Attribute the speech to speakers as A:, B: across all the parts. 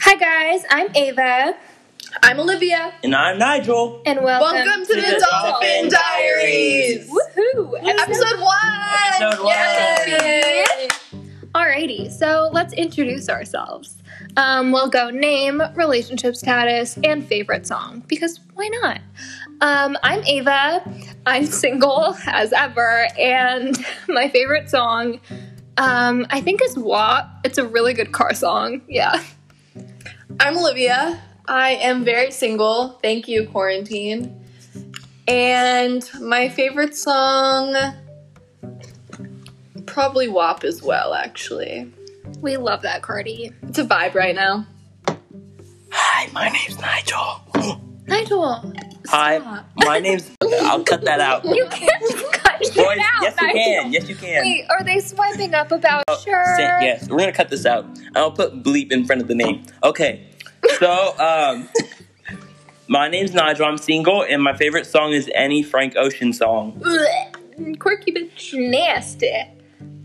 A: Hi guys, I'm Ava,
B: I'm Olivia.
C: And I'm Nigel.
A: and welcome,
B: Welcome, to,
C: to
B: the,
C: the
B: Dolphin
C: Dolphin
B: Diaries.
A: Woohoo!
B: Episode one.
C: Episode one.
B: Yay.
A: Alrighty, so let's introduce ourselves. Um, we'll go name, relationship status, and favorite song because why not? Um, I'm Ava. I'm single as ever, and my favorite song, um, I think, is "WAP." It's a really good car song. Yeah.
B: I'm Olivia. I am very single. Thank you, quarantine. And my favorite song, probably WAP as well, actually.
A: We love that, Cardi.
B: It's a vibe right now.
C: Hi, my name's Nigel.
A: Nigel,
C: Hi,
A: stop.
C: my name's. I'll cut that out.
A: You can't cut it
C: Boys,
A: out.
C: yes you
A: Nigel.
C: can. Yes you can.
A: Wait, are they swiping up about
C: Oh,
A: sure?
C: say- yes, we're gonna cut this out. I'll put bleep in front of the name. Okay. So, um, my name's Nigel. I'm single, and my favorite song is any Frank Ocean song.
A: Blech. Quirky bitch, nasty.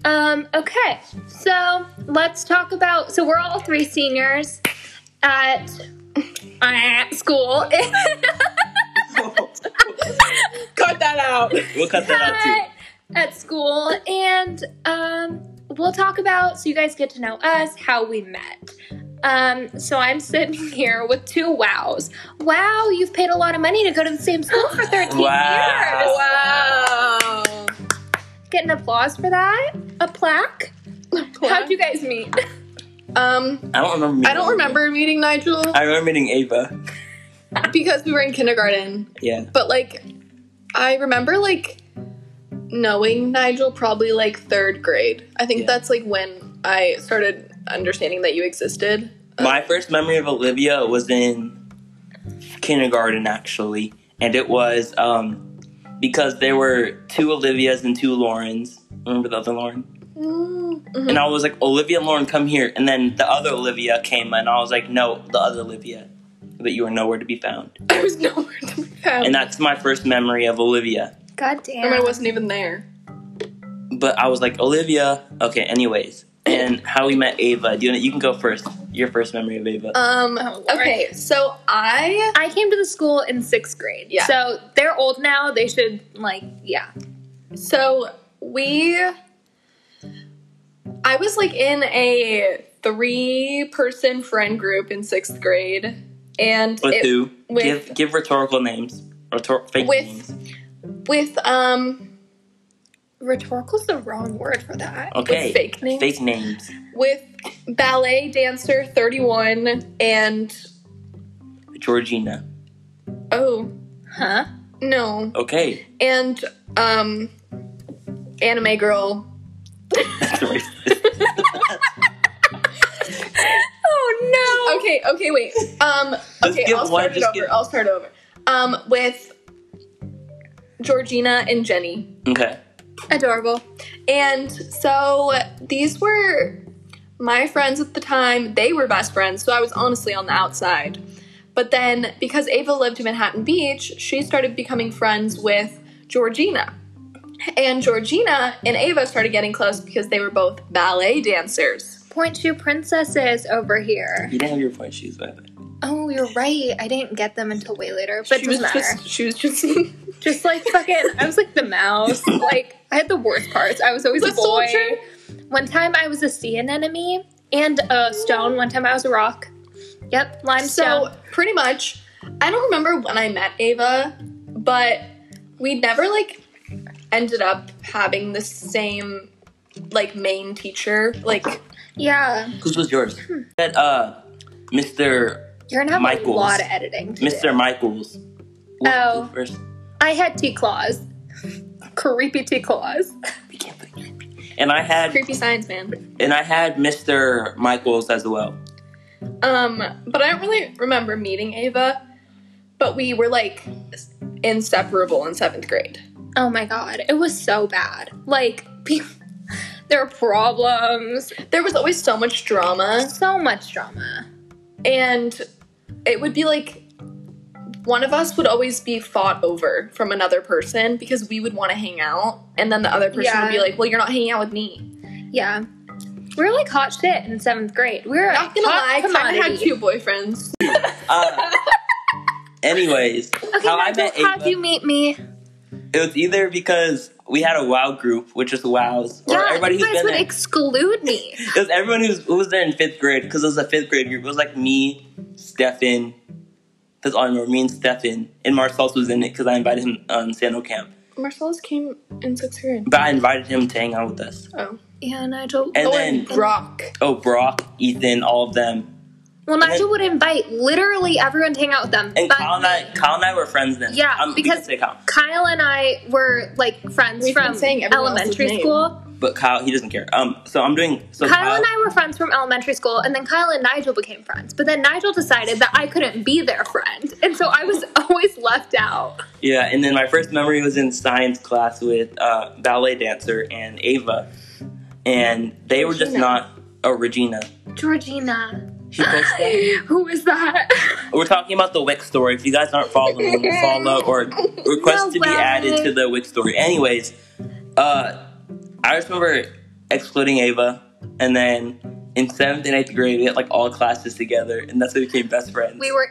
A: Um. Okay. So let's talk about. So we're all three seniors at uh, school.
B: Cut that out.
C: we'll cut that out too.
A: at, at school and um, we'll talk about so you guys get to know us how we met um, so i'm sitting here with two wows wow you've paid a lot of money to go to the same school for 13
C: Wow.
A: years
B: Wow.
A: get an applause for that a plaque how'd you guys meet
B: Um,
C: I don't remember. Meeting
B: I don't remember meeting Nigel
C: I remember meeting Ava.
B: because we were in kindergarten.
C: Yeah.
B: But like, I remember like knowing Nigel probably like third grade. I think
C: Yeah.
B: that's like when I started understanding that you existed.
C: My first memory of Olivia was in kindergarten, actually, and it was um, because there were two Olivias and two Laurens. Remember the other Lauren?
B: Mhm.
C: And I was like, Olivia and Lauren, come here. And then the other Olivia came, and I was like, no, the other Olivia, that you are nowhere to be found.
B: I was nowhere to be found.
C: And that's my first memory of Olivia.
A: god
B: And I
A: damn
B: wasn't even there.
C: But I was like, Olivia. Okay, anyways. And how we met Ava. Do you, you can go first. Your first memory of Ava.
B: Um.
A: Oh, Lord.
B: okay. So I.
A: i came to the school in sixth grade
B: Yeah.
A: so they're old now they should like yeah
B: So we. I was like in a three-person friend group in sixth grade, and
C: with
B: it-
C: who?
B: with-
C: give, give rhetorical names. Rhetor- fake
B: With-
C: names.
B: with um
A: rhetorical's the wrong word for that
C: Okay.
B: with fake names.
C: Fake names.
B: with ballet dancer 31 and
C: Georgina.
B: oh
A: huh
B: no
C: Okay.
B: and um anime girl
A: oh no
B: okay okay wait um okay
C: give
B: i'll
C: one,
B: start it
C: just
B: over
C: give-
B: i'll start over um with georgina and jenny
C: okay.
B: adorable. And so these were my friends at the time. They were best friends, so I was honestly on the outside. But then because Ava lived in Manhattan Beach, she started becoming friends with Georgina. And Georgina and Ava started getting close because they were both ballet dancers.
A: Point shoe princesses over here.
C: You didn't have your point shoes, by the way.
A: Oh, you're right. I didn't get them until way later, but it
B: she
A: doesn't
B: was
A: matter. Just,
B: just she was just
A: like fucking, I was like the mouse. like I had the worst parts. I was always a
B: That's so
A: boy.
B: true.
A: One time I was a sea anemone and a stone. One time I was a rock. Yep, limestone.
B: So pretty much, I don't remember when I met Ava, but we never like ended up having the same like main teacher. Like
A: yeah,
C: Whose was yours?
A: Hmm.
C: That uh, Mr.
A: you're gonna have
C: Michaels.
A: a lot of editing. To
C: Mr.
A: do.
C: Michaels.
A: Oh.
C: First,
A: I had T claws. Creepy T claws.
C: and I had
B: creepy science man.
C: and I had Mr. Michaels as well.
B: Um, but I don't really remember meeting Ava, but we were like inseparable in seventh grade.
A: Oh my god, it was so bad. Like people, there were problems.
B: There was always so much drama.
A: So much drama.
B: and it would be like one of us would always be fought over from another person because we would want to hang out and then the other person would be
A: Yeah.
B: like well you're not hanging out with me
A: Yeah. We were like hot shit in seventh grade. We were a
B: Not gonna
A: hot
B: lie, Carmen
A: commodity.
B: had two boyfriends.
C: Uh, anyways,
A: Okay,
C: how I
A: Nigel,
C: met
A: how'd
C: Ava,
A: you meet me?
C: it was either because we had a WoW group, which is Wows, or
A: yeah,
C: everybody
A: you
C: who's
A: guys
C: been
A: would
C: there.
A: exclude me.
C: it was everyone who's, who was there in fifth grade because it was a fifth grade group. It was like me, Stefan. That's all I remember. Me and Stefan and Marcel was in it because I invited him on Sano Camp,
B: Marcellus came in sixth grade.
C: but I invited him to hang out with us.
B: Oh.
A: Yeah, Nigel.
C: And
B: oh,
C: then-
B: and Brock.
C: Oh, Brock, Ethan, all of them,
A: well, Nigel would invite literally everyone to hang out with them.
C: and
A: but
C: Kyle and I. Kyle and I were friends then.
A: Yeah,
C: Um, we
A: because-
C: can say Kyle,
A: Kyle and I were like friends
B: We've been
A: from
B: saying everyone else's
A: elementary
B: name.
A: school.
C: but Kyle he doesn't care. Um, so I'm doing. So
A: Kyle, and I were friends from elementary school, and then Kyle and Nigel became friends. But then Nigel decided that I couldn't be their friend, and so I was always left out.
C: Yeah, and then my first memory was in science class with uh, ballet dancer and Ava, and they were just
B: Regina.
C: not. Oh, Regina.
A: Georgina,
C: She posted that.
A: who is that?
C: We're talking about the Wix story. If you guys aren't following, we'll follow or request
A: No
C: to be
A: way.
C: added to the Wix story. Anyways, uh, I just remember excluding Ava, and then in seventh and eighth grade, we had like all classes together, and that's how we became best friends.
A: We were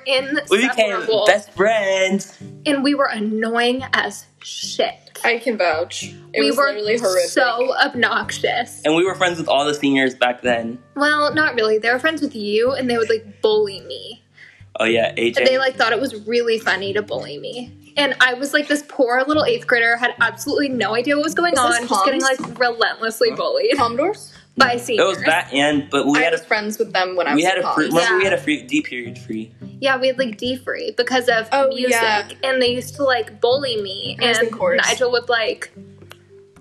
C: we became
A: inseparable,
C: best friends.
A: and we were annoying as shit.
B: I can vouch. It
A: we
B: was
A: were
B: literally horrific.
A: so obnoxious.
C: And we were friends with all the seniors back then.
A: Well, not really. They were friends with you, and they would like bully me.
C: Oh, yeah, AJ.
A: They like thought it was really funny to bully me. And I was like this poor little eighth grader, had absolutely no idea what was going
B: Was this
A: on, just getting
B: Palms?
A: like relentlessly bullied
B: Commodores?
A: by
C: It
A: seniors.
C: was that and but we
B: I
C: had
B: was
C: a
B: friends with them when I was
C: we had
B: in
C: a free,
B: college.
C: remember we
A: Yeah.
C: had a free D period free.
A: Yeah, we had like D free because of
B: Oh,
A: music,
B: yeah.
A: and they used to like bully me,
B: I was in
A: and
B: chorus.
A: Nigel would like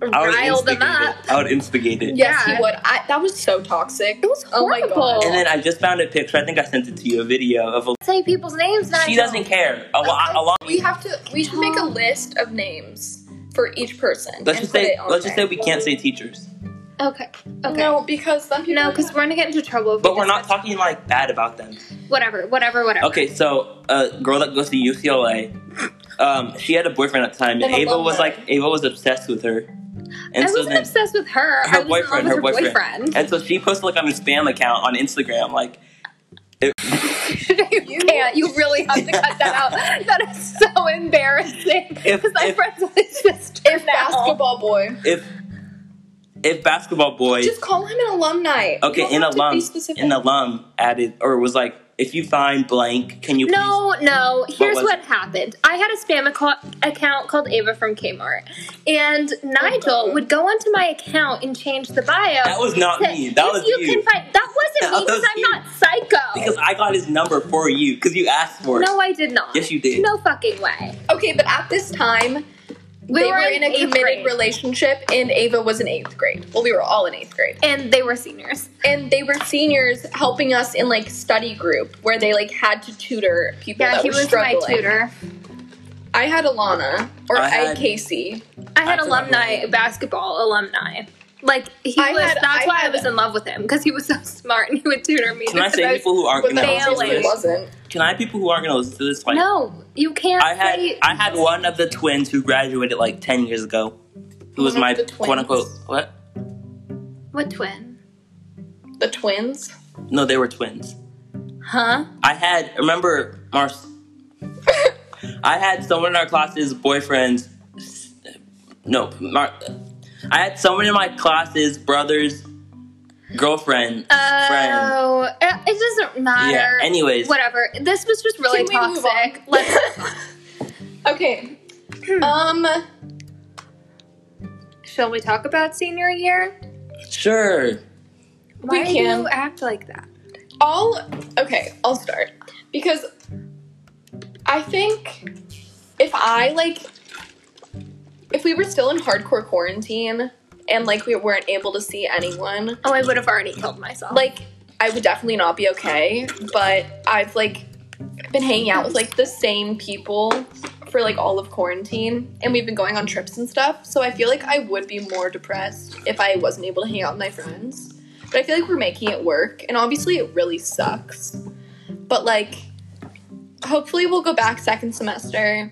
C: I would
A: rile
C: instigate
A: them up.
C: it. I would instigate it.
B: Yes,
A: Yeah.
B: he would. I, that was so toxic.
A: It was
B: Oh my
A: horrible.
B: god.
C: And then I just found a picture. I think I sent it to you. A video of a.
A: Say people's names, Nigel.
C: She doesn't care. A, lo- a lot.
B: we have to. We should make a list of names for each person. and
C: Let's just
B: put
C: say.
B: it on
C: Let's just say
B: there.
C: we can't say teachers.
A: Okay. Okay. No,
B: No, because then people.
A: because we're gonna get into trouble. if we
C: But we're not
A: discuss-
C: talking like bad about them.
A: Whatever. Whatever. Whatever.
C: Okay, so a girl that goes to UCLA, um, she had a boyfriend at the time, and
B: And I
C: Ava
B: love
C: was
B: her.
C: like, Ava was obsessed with her, and
A: I
C: so
A: wasn't
C: then
A: obsessed with her. I
C: her
A: was in
C: boyfriend,
A: love
C: her
A: with her
C: boyfriend,
A: boyfriend.
C: and so she posted like on her spam account on Instagram, like, it,
A: you can't. You really have to cut that out. That is so embarrassing.
C: If-
A: Because my
C: if-
A: friends with his sister
B: if
A: now.
B: basketball boy.
C: if if basketball boy
B: Just call him an alumni.
C: Okay,
B: you
C: an
B: don't have to
C: alum,
B: be specific.
C: an alum added or was like, if you find blank, can you
A: No, no. Here's
C: was
A: what, happened. I had a spam aco- account called Ava from Kmart, and Nigel
B: God.
A: would go onto my account and change the bio.
C: please? That was not
A: to,
C: me. That
A: if
C: was
A: you,
C: you.
A: can find. That
C: That
A: wasn't me because
C: was
A: I'm
C: you.
A: not psycho.
C: because I got his number for you because you asked for it.
A: no, I did not.
C: Yes, you did.
A: No fucking way.
B: okay, but at this time
A: We
B: they were in a
A: eighth
B: committed
A: grade,
B: relationship, and Ava was in eighth grade. Well, we were all in eighth grade,
A: and they were seniors.
B: and they were seniors helping us in like study group where they like had to tutor people
A: Yeah,
B: that
A: he
B: were
A: was
B: struggling.
A: my tutor.
B: I had Alana or
C: I
B: I
C: had-
B: had Casey.
A: I had
C: That's what I'm
A: alumni,
C: learning.
A: basketball alumni. Like he
B: I
A: was.
B: had-
A: that's
B: I
A: why I
B: had-
A: was in love with him because he was so smart and he would tutor me.
C: Can I
A: because
C: say
A: was-
C: people who aren't
B: But
C: gonna
B: that
A: Failing.
C: listen to
B: obviously
C: this?
B: wasn't.
C: Can I have people who aren't gonna listen to this? Like,
A: no, you can't.
C: I had
A: say,
C: I had one of the twins who graduated like ten years ago, who was
B: One of
C: my
B: the
C: quote unquote what?
A: what twin?
B: The twins.
C: No, they were twins.
A: Huh?
C: I had remember Mars. I had someone in our class's boyfriend's. No, Mar- I had someone in my class's brother's girlfriend friend.
A: Oh, it, it doesn't matter.
C: Yeah. Anyways,
A: Whatever. This was just really
B: Can we move
A: toxic.
B: on?
A: Let's. Hmm.
B: Okay. Um.
A: Shall we talk about senior year?
C: sure.
A: Why do
B: can.
A: you act like that?
B: All. Okay. I'll start because I think if I like, if we were still in hardcore quarantine and like we weren't able to see anyone,
A: Oh, I would have already killed myself.
B: like I would definitely not be okay. But I've like been hanging out with like the same people for like all of quarantine and we've been going on trips and stuff. So I feel like I would be more depressed if I wasn't able to hang out with my friends. But I feel like we're making it work and obviously it really sucks. But like hopefully we'll go back second semester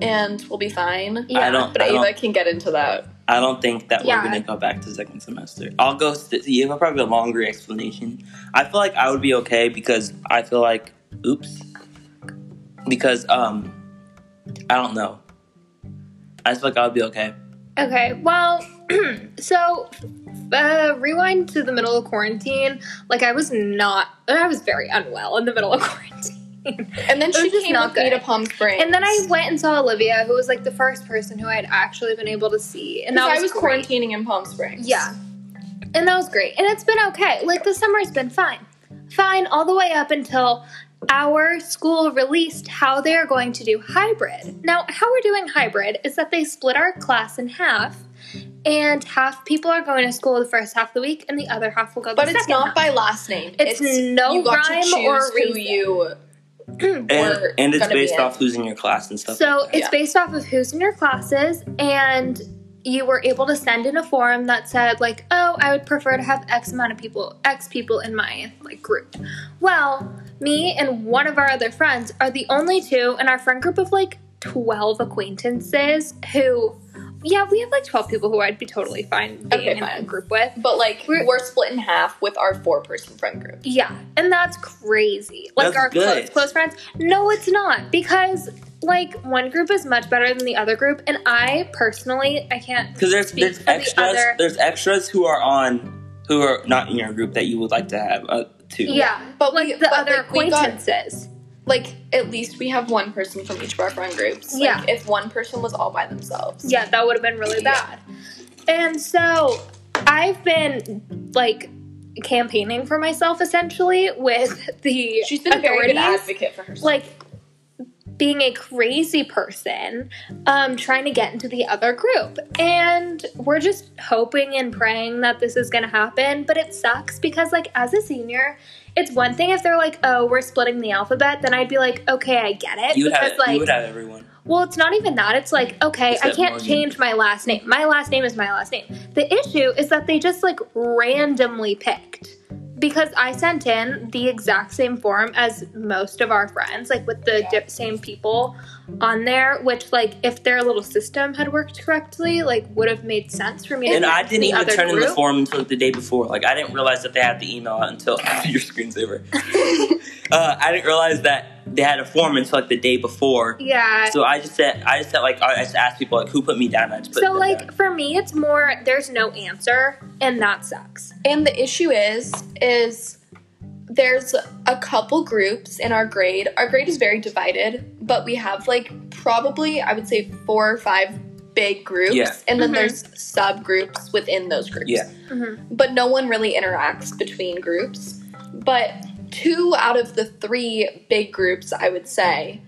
B: and we'll be fine.
A: yeah.
C: I don't.
B: But
C: I
B: Ava
C: don't,
B: can get into that.
C: I don't think that
A: Yeah.
C: we're gonna go back to second semester. I'll go. St- you have probably a longer explanation. I feel like I would be okay because I feel like, oops, because um, I don't know. I just feel like I would be okay.
A: Okay, well, so uh, rewind to the middle of quarantine. Like, I was not, I was very unwell in the middle of quarantine.
B: And
A: It
B: then
A: was
B: she
A: just
B: came
A: not
B: with me
A: good.
B: to Palm Springs.
A: and then I went and saw Olivia, who was like the first person who I'd actually been able to see. And
B: and
A: that
B: I
A: was,
B: was
A: great.
B: quarantining in Palm Springs.
A: Yeah. And that was great. And it's been okay. Like, the summer's been fine. Fine all the way up until our school released how they are going to do hybrid. Now, how we're doing hybrid is that they split our class in half, and half people are going to school the first half of the week, and the other half will go
B: But
A: the
B: it's
A: second
B: not
A: half.
B: by last name.
A: It's no
B: you got
A: rhyme
B: to choose
A: or
B: who
A: reason.
B: you.
C: And,
B: We're
C: and it's
B: gonna be
C: based
B: in.
C: off who's in your class and stuff.
A: So
C: like
A: it's
B: Yeah.
A: based off of who's in your classes, and you were able to send in a form that said like, "Oh, I would prefer to have X amount of people, X people in my like group." Well, me and one of our other friends are the only two in our friend group of like twelve acquaintances who, yeah, we have like twelve people who I'd be totally fine being
B: Okay,
A: in a
B: fine.
A: group with.
B: But like we're,
A: We're-
B: split in half with our four person friend group.
A: Yeah, and that's crazy. Like
C: That's
A: our
C: good.
A: close close friends. No, it's not because like one group is much better than the other group, and I personally I can't
C: because there's
A: speak
C: there's
A: for the
C: extras
A: other-
C: there's extras who are on who are not in your group that you would like to have uh, too.
A: yeah,
B: But
A: but
B: we-
A: like the
B: but,
A: other
B: like, we got-
A: acquaintances.
B: Like at least we have one person from each of our friend groups. Like,
A: Yeah.
B: If one person was all by themselves.
A: Yeah, that would have been really
B: Yeah.
A: bad. And so I've been like campaigning for myself essentially with the
B: She's been a very good
A: authorities.
B: advocate for herself.
A: like being a crazy person um, trying to get into the other group and we're just hoping and praying that this is going to happen but it sucks because like as a senior it's one thing if they're like oh we're splitting the alphabet then i'd be like okay i get it
C: you would
A: because
C: have
A: like
C: you would have everyone.
A: well, it's not even that. It's like, okay,
C: It's
A: I
C: that
A: can't
C: Morgan.
A: change my last name. My last name is my last name. The issue is that they just like randomly picked because I sent in the exact same form as most of our friends, like with the dip same people on there, which like if their little system had worked correctly, like would have made sense for me. to
C: And I
A: send to
C: didn't
A: the
C: even
A: other
C: turn in the
A: group.
C: form until the day before. Like I didn't realize that they had the email out until after your screensaver. uh, I didn't realize that they had a form until like the day before.
A: Yeah.
C: So I just said I just said like I just asked people like who put me down. and I just put
A: So
C: them
A: like
C: down.
A: for me, it's more there's no answer, and that sucks.
B: And the issue is, is there's a couple groups in our grade. Our grade is very divided, but we have like probably I would say four or five big groups,
C: Yeah.
B: and then
A: Mhm.
B: there's subgroups within those groups.
C: Yeah.
A: Mhm.
B: But no one really interacts between groups. But two out of the three big groups, I would say,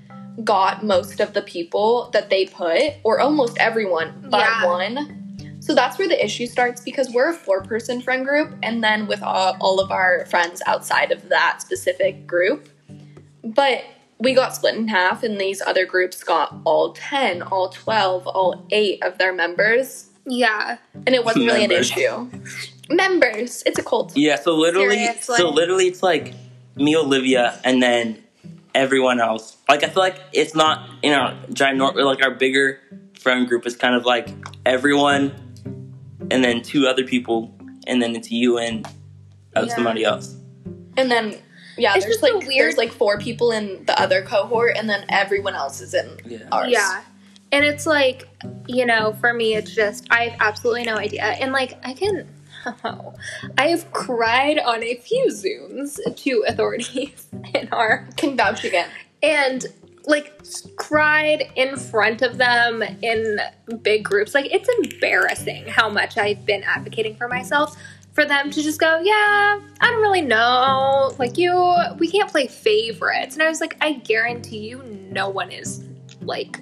B: got most of the people that they put, or almost everyone but
A: Yeah.
B: one. So that's where the issue starts because we're a four person friend group, and then with all, all of our friends outside of that specific group. But we got split in half, and these other groups got all 10, all 12, all 8 of their members,
A: Yeah.
B: and it wasn't really an
C: Members.
B: issue. members, it's a cult.
C: yeah. So literally,
A: Seriously.
C: so literally, it's like me, Olivia, and then everyone else. Like I feel like it's not you know ginormous. Like our bigger friend group is kind of like everyone, and then two other people, and then it's you and uh,
A: Yeah.
C: somebody else.
B: And then, yeah,
A: It's
B: there's
A: just a
B: like,
A: weird-
B: there's like four people in the other cohort, and then everyone else is in
C: Yeah.
B: ours.
A: Yeah. And it's like, you know, for me, it's just, I have absolutely no idea. And like, I can, I have cried on a few Zooms to authorities in our,
B: Can vouch again.
A: and like cried in front of them in big groups. Like, it's embarrassing how much I've been advocating for myself. For them to just go, yeah, I don't really know. Like, you, we can't play favorites. And I was like, I guarantee you, no one is like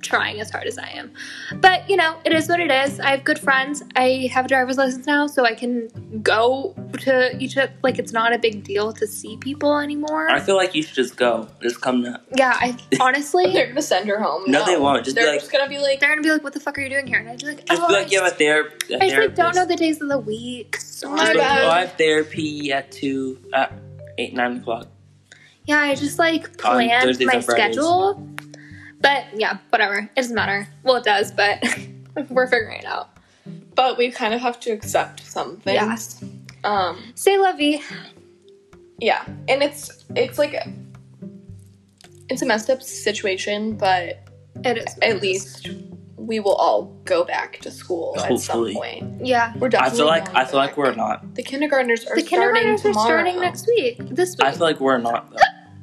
A: trying as hard as I am. But you know, it is what it is. I have good friends. I have a driver's license now, so I can go to each of like it's not a big deal to see people anymore.
C: I feel like you should just go. Just come now.
A: yeah, I honestly
B: They're gonna send her home.
C: No, they won't. Just be
B: they're
C: like-
B: just gonna be like,
A: they're gonna be like, What the fuck are you doing here? And I'd be like,
C: Just
A: Oh,
C: feel
A: I
C: like you have a, ther- a
A: I just like
C: therapist.
A: don't know the days of the week.
B: My
C: Just
A: Sorry.
C: like,
B: bad.
C: "Oh, I have therapy at two, at eight, nine o'clock.
A: Yeah, I just like planned
C: Thursdays
A: my
C: and Fridays.
A: schedule. But yeah, whatever. It doesn't matter. Well it does, but we're figuring it out.
B: but we kind of have to accept something.
A: Yes.
B: Um.
A: Say lovey.
B: Yeah, and it's it's like it's a messed up situation, but
A: It is.
B: at least we will all go back to school at some
C: Hopefully.
B: point.
A: Yeah.
B: We're
C: I
B: definitely.
C: feel like
B: going
C: I feel
B: back.
C: like we're not.
B: The kindergartners are
A: The kindergartners
B: starting
A: are
B: tomorrow.
A: starting next week. This week.
C: I feel like we're not. Though.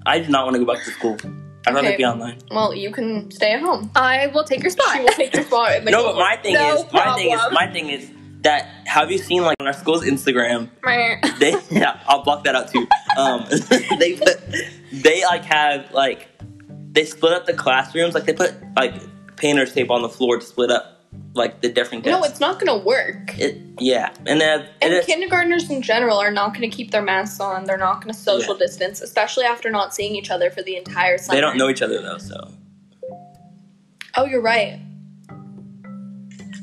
C: I do not want to go back to school. I'd rather
B: Okay.
C: be online.
B: Well, you can stay at home.
A: I will take your spot.
B: She will take your spot. in the
C: no, but my thing
A: no
C: is, my thing is,
A: problem.
C: my thing is that have you seen like on our school's Instagram?
A: Meh.
C: They yeah, I'll block that out too. Um, they put, they like have like they split up the classrooms. Like they put like painter's tape on the floor to split up like the different desks.
B: No, it's not gonna work.
C: it yeah, and then
B: And
C: it,
B: kindergartners in general are not going to keep their masks on. They're not going to social distance, especially after not seeing each other for the entire summer.
C: they don't know each other though, so
B: Oh, you're right.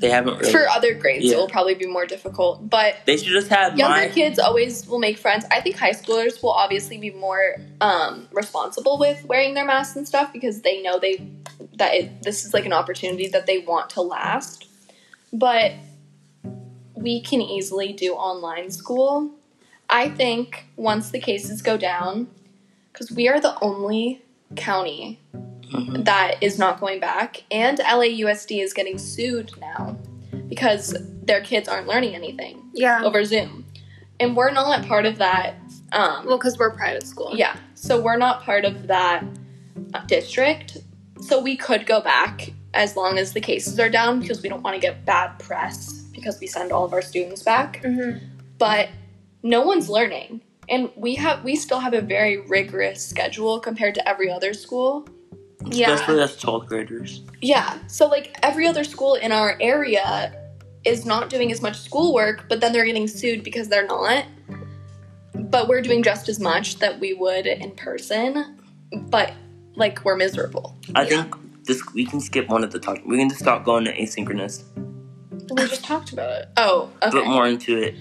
C: they haven't really.
B: For other grades,
C: Yeah.
B: it will probably be more difficult. But
C: they should just have
B: younger
C: my
B: kids always will make friends. I think high schoolers will obviously be more um, responsible with wearing their masks and stuff because they know they that it, this is like an opportunity that they want to last. But we can easily do online school. I think once the cases go down, because we are the only county
C: Mhm.
B: that is not going back, and LAUSD is getting sued now because their kids aren't learning anything
A: yeah.
B: over Zoom. And we're not part of that. Um,
A: Well, because we're private school.
B: yeah, so we're not part of that uh, district. So we could go back as long as the cases are down because we don't want to get bad press because we send all of our students back.
A: hmm
B: But no one's learning. And we have we still have a very rigorous schedule compared to every other school.
A: Yeah.
C: especially as 12th graders.
B: Yeah. So like every other school in our area is not doing as much schoolwork, but then they're getting sued because they're not. But we're doing just as much that we would in person, but like we're miserable.
C: I
A: Yeah.
C: think this we can skip one at the top. We can just stop going to asynchronous.
B: We just talked about it. Oh, okay.
C: Put more into it.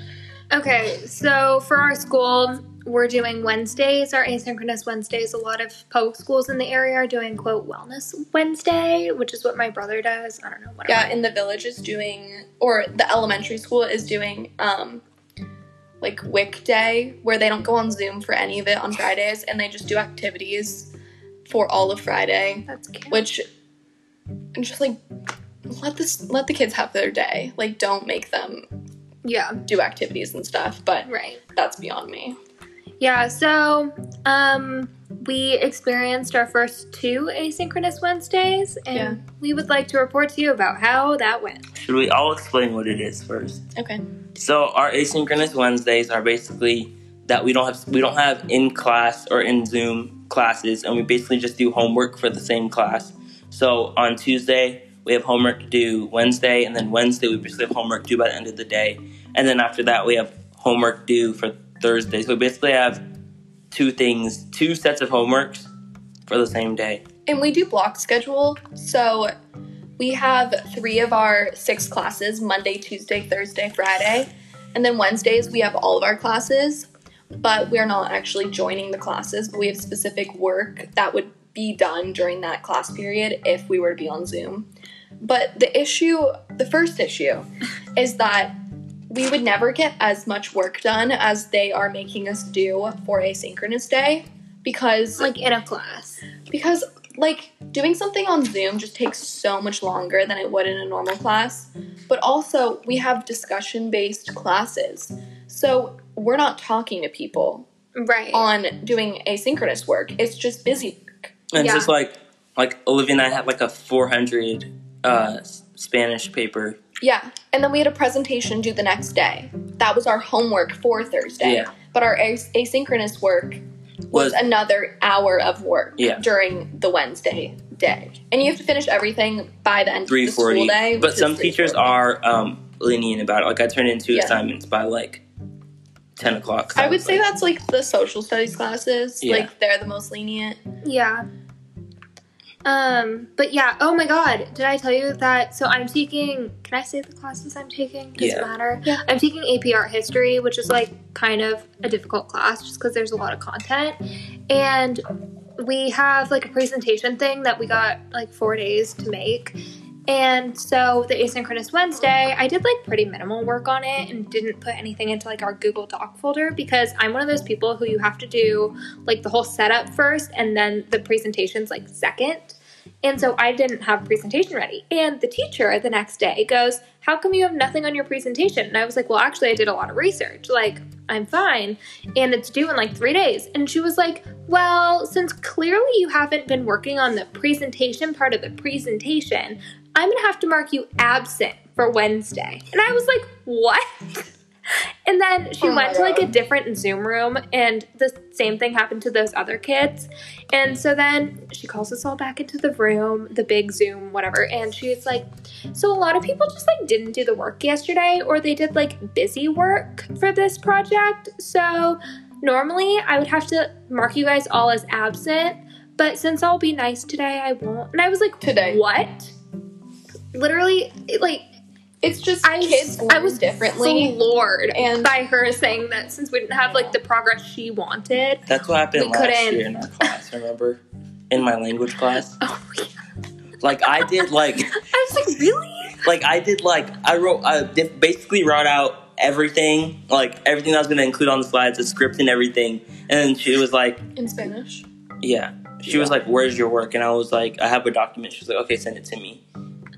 A: Okay. So for our school, we're doing Wednesdays, our asynchronous Wednesdays. A lot of public schools in the area are doing quote wellness Wednesday, which is what my brother does. I don't know. Whatever.
B: Yeah, and the village is doing, or the elementary school is doing, um, like WIC day, where they don't go on Zoom for any of it on Fridays, and they just do activities for all of Friday.
A: That's cute.
B: which and just like let this let the kids have their day like don't make them
A: yeah.
B: do activities and stuff but
A: Right.
B: that's beyond me
A: Yeah, so um, we experienced our first two asynchronous Wednesdays, and
B: Yeah.
A: we would like to report to you about how that went.
C: Should we all explain what it is first?
B: okay
C: So our asynchronous Wednesdays are basically that we don't have we don't have in class or in Zoom classes, and we basically just do homework for the same class. So on Tuesday we have homework due Wednesday, and then Wednesday we basically have homework due by the end of the day, and then after that we have homework due for Thursday. So we basically have two things, two sets of homeworks for the same day.
B: and we do block schedule so we have three of our six classes monday tuesday thursday friday and then wednesdays we have all of our classes but we're not actually joining the classes but we have specific work that would be done during that class period if we were to be on zoom but the issue the first issue is that we would never get as much work done as they are making us do for asynchronous day because
A: Like in a class.
B: because like doing something on zoom just takes so much longer than it would in a normal class but also we have discussion based classes so we're not talking to people
A: Right.
B: on doing asynchronous work it's just busy work
C: And
A: Yeah.
C: it's just like like Olivia and I had like a 400 uh, s- Spanish paper.
B: yeah and then we had a presentation due the next day that was our homework for thursday
C: Yeah.
B: but our as- asynchronous work was
C: Was
B: another hour of work
C: Yeah.
B: during the wednesday day and you have to finish everything by the end of the school
C: 340.
B: day which
C: but
B: is
C: some teachers
B: 3:40.
C: are um, lenient about it. Like I turned in two
B: Yeah.
C: assignments by like 10 o'clock. so
B: I would
C: was
B: say
C: like-
B: that's like the social studies classes.
C: Yeah.
B: Like they're the most lenient.
A: Yeah. Um, but yeah, oh my god, did I tell you that so I'm taking can I say the classes I'm taking? Does it
C: Yeah.
A: matter?
B: Yeah.
A: I'm taking AP Art History, which is like kind of a difficult class just because there's a lot of content. And we have like a presentation thing that we got like four days to make. And so the Asynchronous Wednesday, I did like pretty minimal work on it and didn't put anything into like our Google Doc folder because I'm one of those people who you have to do like the whole setup first and then the presentations like second. And so I didn't have a presentation ready. And the teacher the next day goes, How come you have nothing on your presentation? And I was like, Well, actually, I did a lot of research. Like, I'm fine. And it's due in like three days. And she was like, Well, since clearly you haven't been working on the presentation part of the presentation, I'm going to have to mark you absent for Wednesday. And I was like, What? And then she
B: Oh my
A: went to like a
B: God.
A: different Zoom room, and the same thing happened to those other kids. And so then she calls us all back into the room, the big Zoom, whatever. And she's like, So a lot of people just like didn't do the work yesterday, or they did like busy work for this project. So normally I would have to mark you guys all as absent, but since I'll be nice today, I won't. And I was like,
B: Today.
A: What? Literally, it, like,
B: It's just
A: I was,
B: kids
A: I
B: learn
A: was
B: differently.
A: floored
B: and-
A: by her saying that since we didn't have like the progress she wanted.
C: That's what happened
A: We
C: last
A: couldn't.
C: year in our class, remember? In my language class.
A: Oh, yeah.
C: Like I did like
A: I was like, really?
C: like I did like I wrote I dif- basically wrote out everything, like everything I was gonna include on the slides, the script and everything. And she was like,
B: in Spanish.
C: Yeah. She was like, Where's your work? And I was like, I have a document. She was like, Okay, send it to me.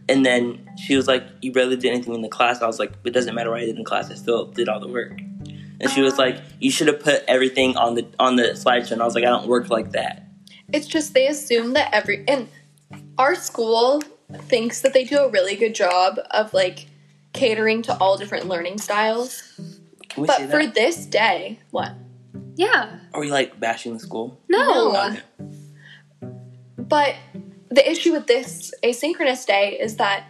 C: And then she was like, You barely did anything in the class. I was like, It doesn't matter what I did in class, I still did all the work. And she was like, You should have put everything on the on the slideshow. And I was like, I don't work like that.
B: It's just they assume that every and our school thinks that they do a really good job of like catering to all different learning styles.
C: Can we say
B: But for
C: that?
B: this day, what?
A: Yeah.
C: Are we like bashing the school?
A: No.
B: No. But the issue with this asynchronous day is that,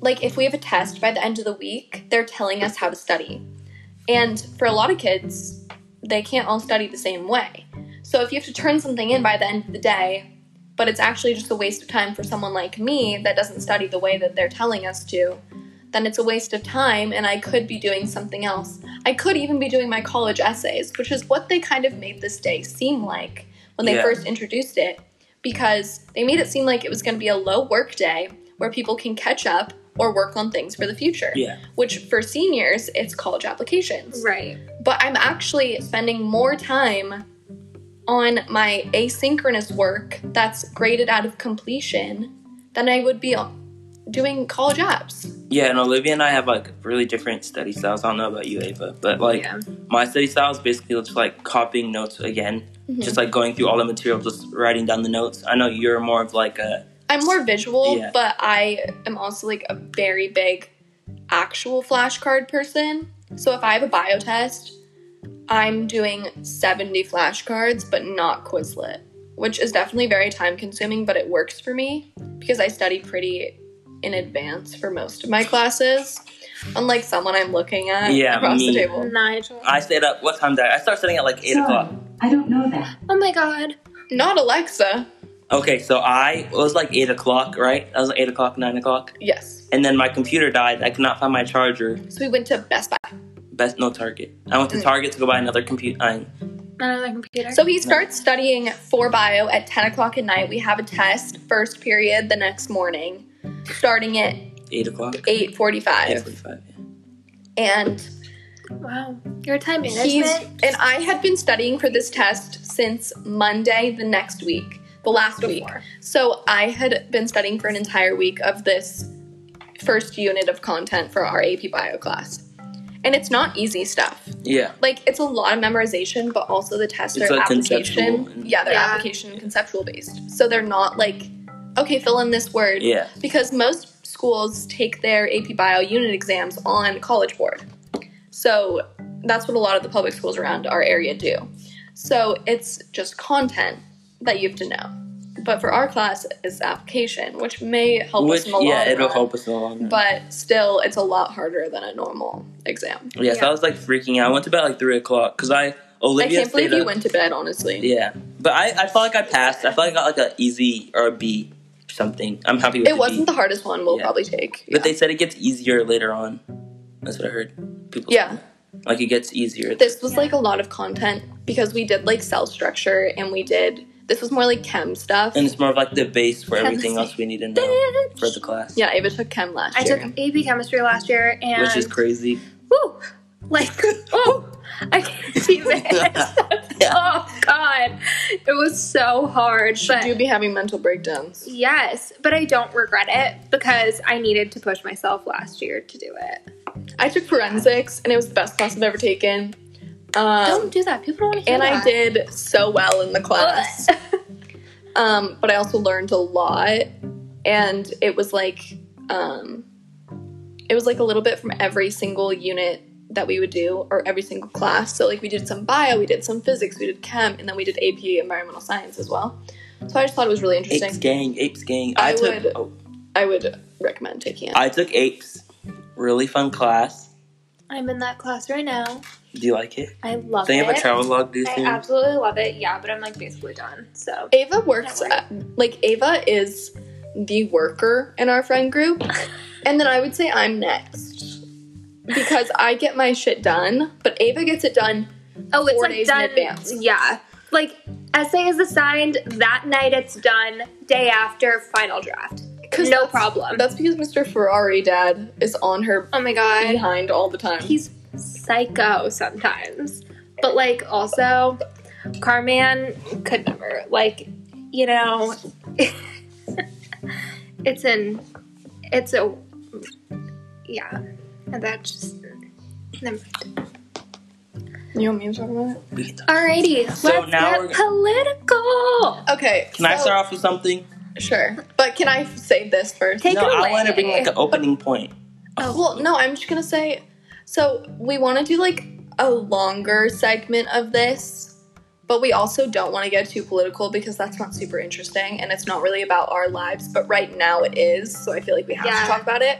B: like, if we have a test by the end of the week, they're telling us how to study. And for a lot of kids, they can't all study the same way. So if you have to turn something in by the end of the day, but it's actually just a waste of time for someone like me that doesn't study the way that they're telling us to, then it's a waste of time and I could be doing something else. I could even be doing my college essays, which is what they kind of made this day seem like when they
C: Yeah.
B: first introduced it, because they made it seem like it was going to be a low work day where people can catch up or work on things for the future,
C: Yeah.
B: which for seniors, it's college applications
A: Right.
B: but I'm actually spending more time on my asynchronous work that's graded out of completion than I would be doing college apps.
C: Yeah, and Olivia and I have like really different study styles. I don't know about you, Ava, but like
A: yeah.
C: my study style is basically just like copying notes again,
B: Mhm.
C: just like going through all the material, just writing down the notes. I know you're more of like a
B: I'm more visual,
C: Yeah.
B: but I am also like a very big actual flashcard person. So if I have a bio test, I'm doing 70 flashcards, but not Quizlet, which is definitely very time consuming, but it works for me because I study pretty in advance for most of my classes, unlike someone I'm looking at
C: Yeah,
B: across
C: me.
B: the table.
A: Nigel.
C: I stayed up. What time did I? I started studying at like eight o'clock.
D: I don't know that.
A: oh my god.
B: Not Alexa.
C: Okay, so I it was like eight o'clock, right? I was like eight o'clock, nine o'clock,
B: Yes.
C: and then my computer died. I could not find my charger.
B: So we went to Best Buy.
C: Best no Target. I went to
B: Mm.
C: Target to go buy another computer. uh, I,
A: Another computer.
B: So he starts studying for bio at 10 o'clock at night. We have a test, first period, the next morning, starting at
C: eight o'clock. Eight
B: 8.45.
C: forty-five.
B: And
A: wow. Your time
B: he's,
A: management.
B: and I had been studying for this test since Monday the next week, the last week.
A: Before.
B: So I had been studying for an entire week of this first unit of content for our AP bio class. And it's not easy stuff.
C: Yeah.
B: like it's a lot of memorization, but also the tests
C: It's,
B: are
C: like, conceptual
B: application.
C: and-
B: Yeah, they're
A: Yeah.
B: application and conceptual based. So they're not like, okay, fill in this word.
C: Yeah.
B: Because most schools take their AP Bio unit exams on College Board. So that's what a lot of the public schools around our area do. So it's just content that you have to know. But for our class, it's application, which may help us
C: Which
B: in the long
C: yeah, it'll
B: run,
C: help us in the long run.
B: But still, it's a lot harder than a normal exam.
C: yeah, so I was like freaking out. I went to bed at, like three o'clock because I
B: I
C: Olivia
B: can't believe
C: stayed
B: you
C: up.
B: went to bed, honestly.
C: Yeah, but I I felt like I passed. I felt like I got like a easy or a B or something. I'm happy with
B: It wasn't
C: B.
B: the hardest one we'll
C: Yeah.
B: probably take.
C: But
B: yeah.
C: they said it gets easier later on. That's what I heard. People. say.
B: Yeah.
C: Like it gets easier.
B: This was like a lot of content because we did like cell structure and we did This was more like chem stuff.
C: And it's more of like the base for everything
A: Chemistry.
C: else we need to know for the class.
B: yeah, Ava took chem last
A: I
B: year.
A: took AP chemistry last year and
C: Which is crazy.
A: woo, like oh, I can't even. Oh God, it was so hard.
B: she
A: but
B: do be having mental breakdowns.
A: yes, but I don't regret it because I needed to push myself last year to do it.
B: I took forensics, and it was the best class I've ever taken. Um,
A: don't do that. People don't want to hear
B: and I
A: that.
B: did so well in the class. um, but I also learned a lot, and it was like, um, it was like a little bit from every single unit that we would do, or every single class. So like we did some bio, we did some physics, we did chem, and then we did AP environmental science as well. So I just thought it was really
C: Apes
B: interesting.
C: gang, apes gang.
B: I
C: I, took
B: would-
C: oh,
B: I would recommend taking it.
C: I took apes. Really fun class.
A: I'm in that class right now.
C: Do you like it?
A: I love
C: They
A: it.
C: have a travel log due
A: I
C: soon.
A: absolutely love it. Yeah, but I'm like basically done. So
B: Ava works
A: Don't worry.
B: at, like Ava is the worker in our friend group, and then I would say I'm next because I get my shit done, but Ava gets it done.
A: oh, it's
B: Four
A: like
B: days in
A: done.
B: advance.
A: Yeah, like essay is assigned that night. It's done. Day after final draft.
B: 'Cause
A: No
B: that's-
A: problem.
B: That's because Mr. Ferrari dad is on her
A: Oh my god.
B: behind all the time.
A: he's psycho sometimes. But like also Carman could never. Like, you know it's an it's a yeah. And that's just never mind.
B: You want me to talk about it?
C: We can talk.
A: Alrighty,
C: So
A: let's
C: now
A: get
C: we're-
A: political.
B: Okay.
C: Can I
B: so-
C: start off with something?
B: Sure, but can I say this first?
A: Take
C: no,
A: it away.
C: I want to bring like an opening point.
B: Well, no, I'm just gonna say. So we want to do like a longer segment of this, but we also don't want to get too political because that's not super interesting and it's not really about our lives. But right now it is, so I feel like we have
A: Yeah.
B: to talk about it.